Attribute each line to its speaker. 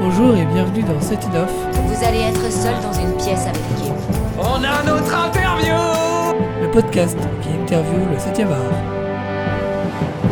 Speaker 1: Bonjour et bienvenue dans Set It Off,
Speaker 2: Vous allez être seul dans une pièce avec qui
Speaker 3: On a notre interview
Speaker 1: le podcast qui interviewe le 7 art.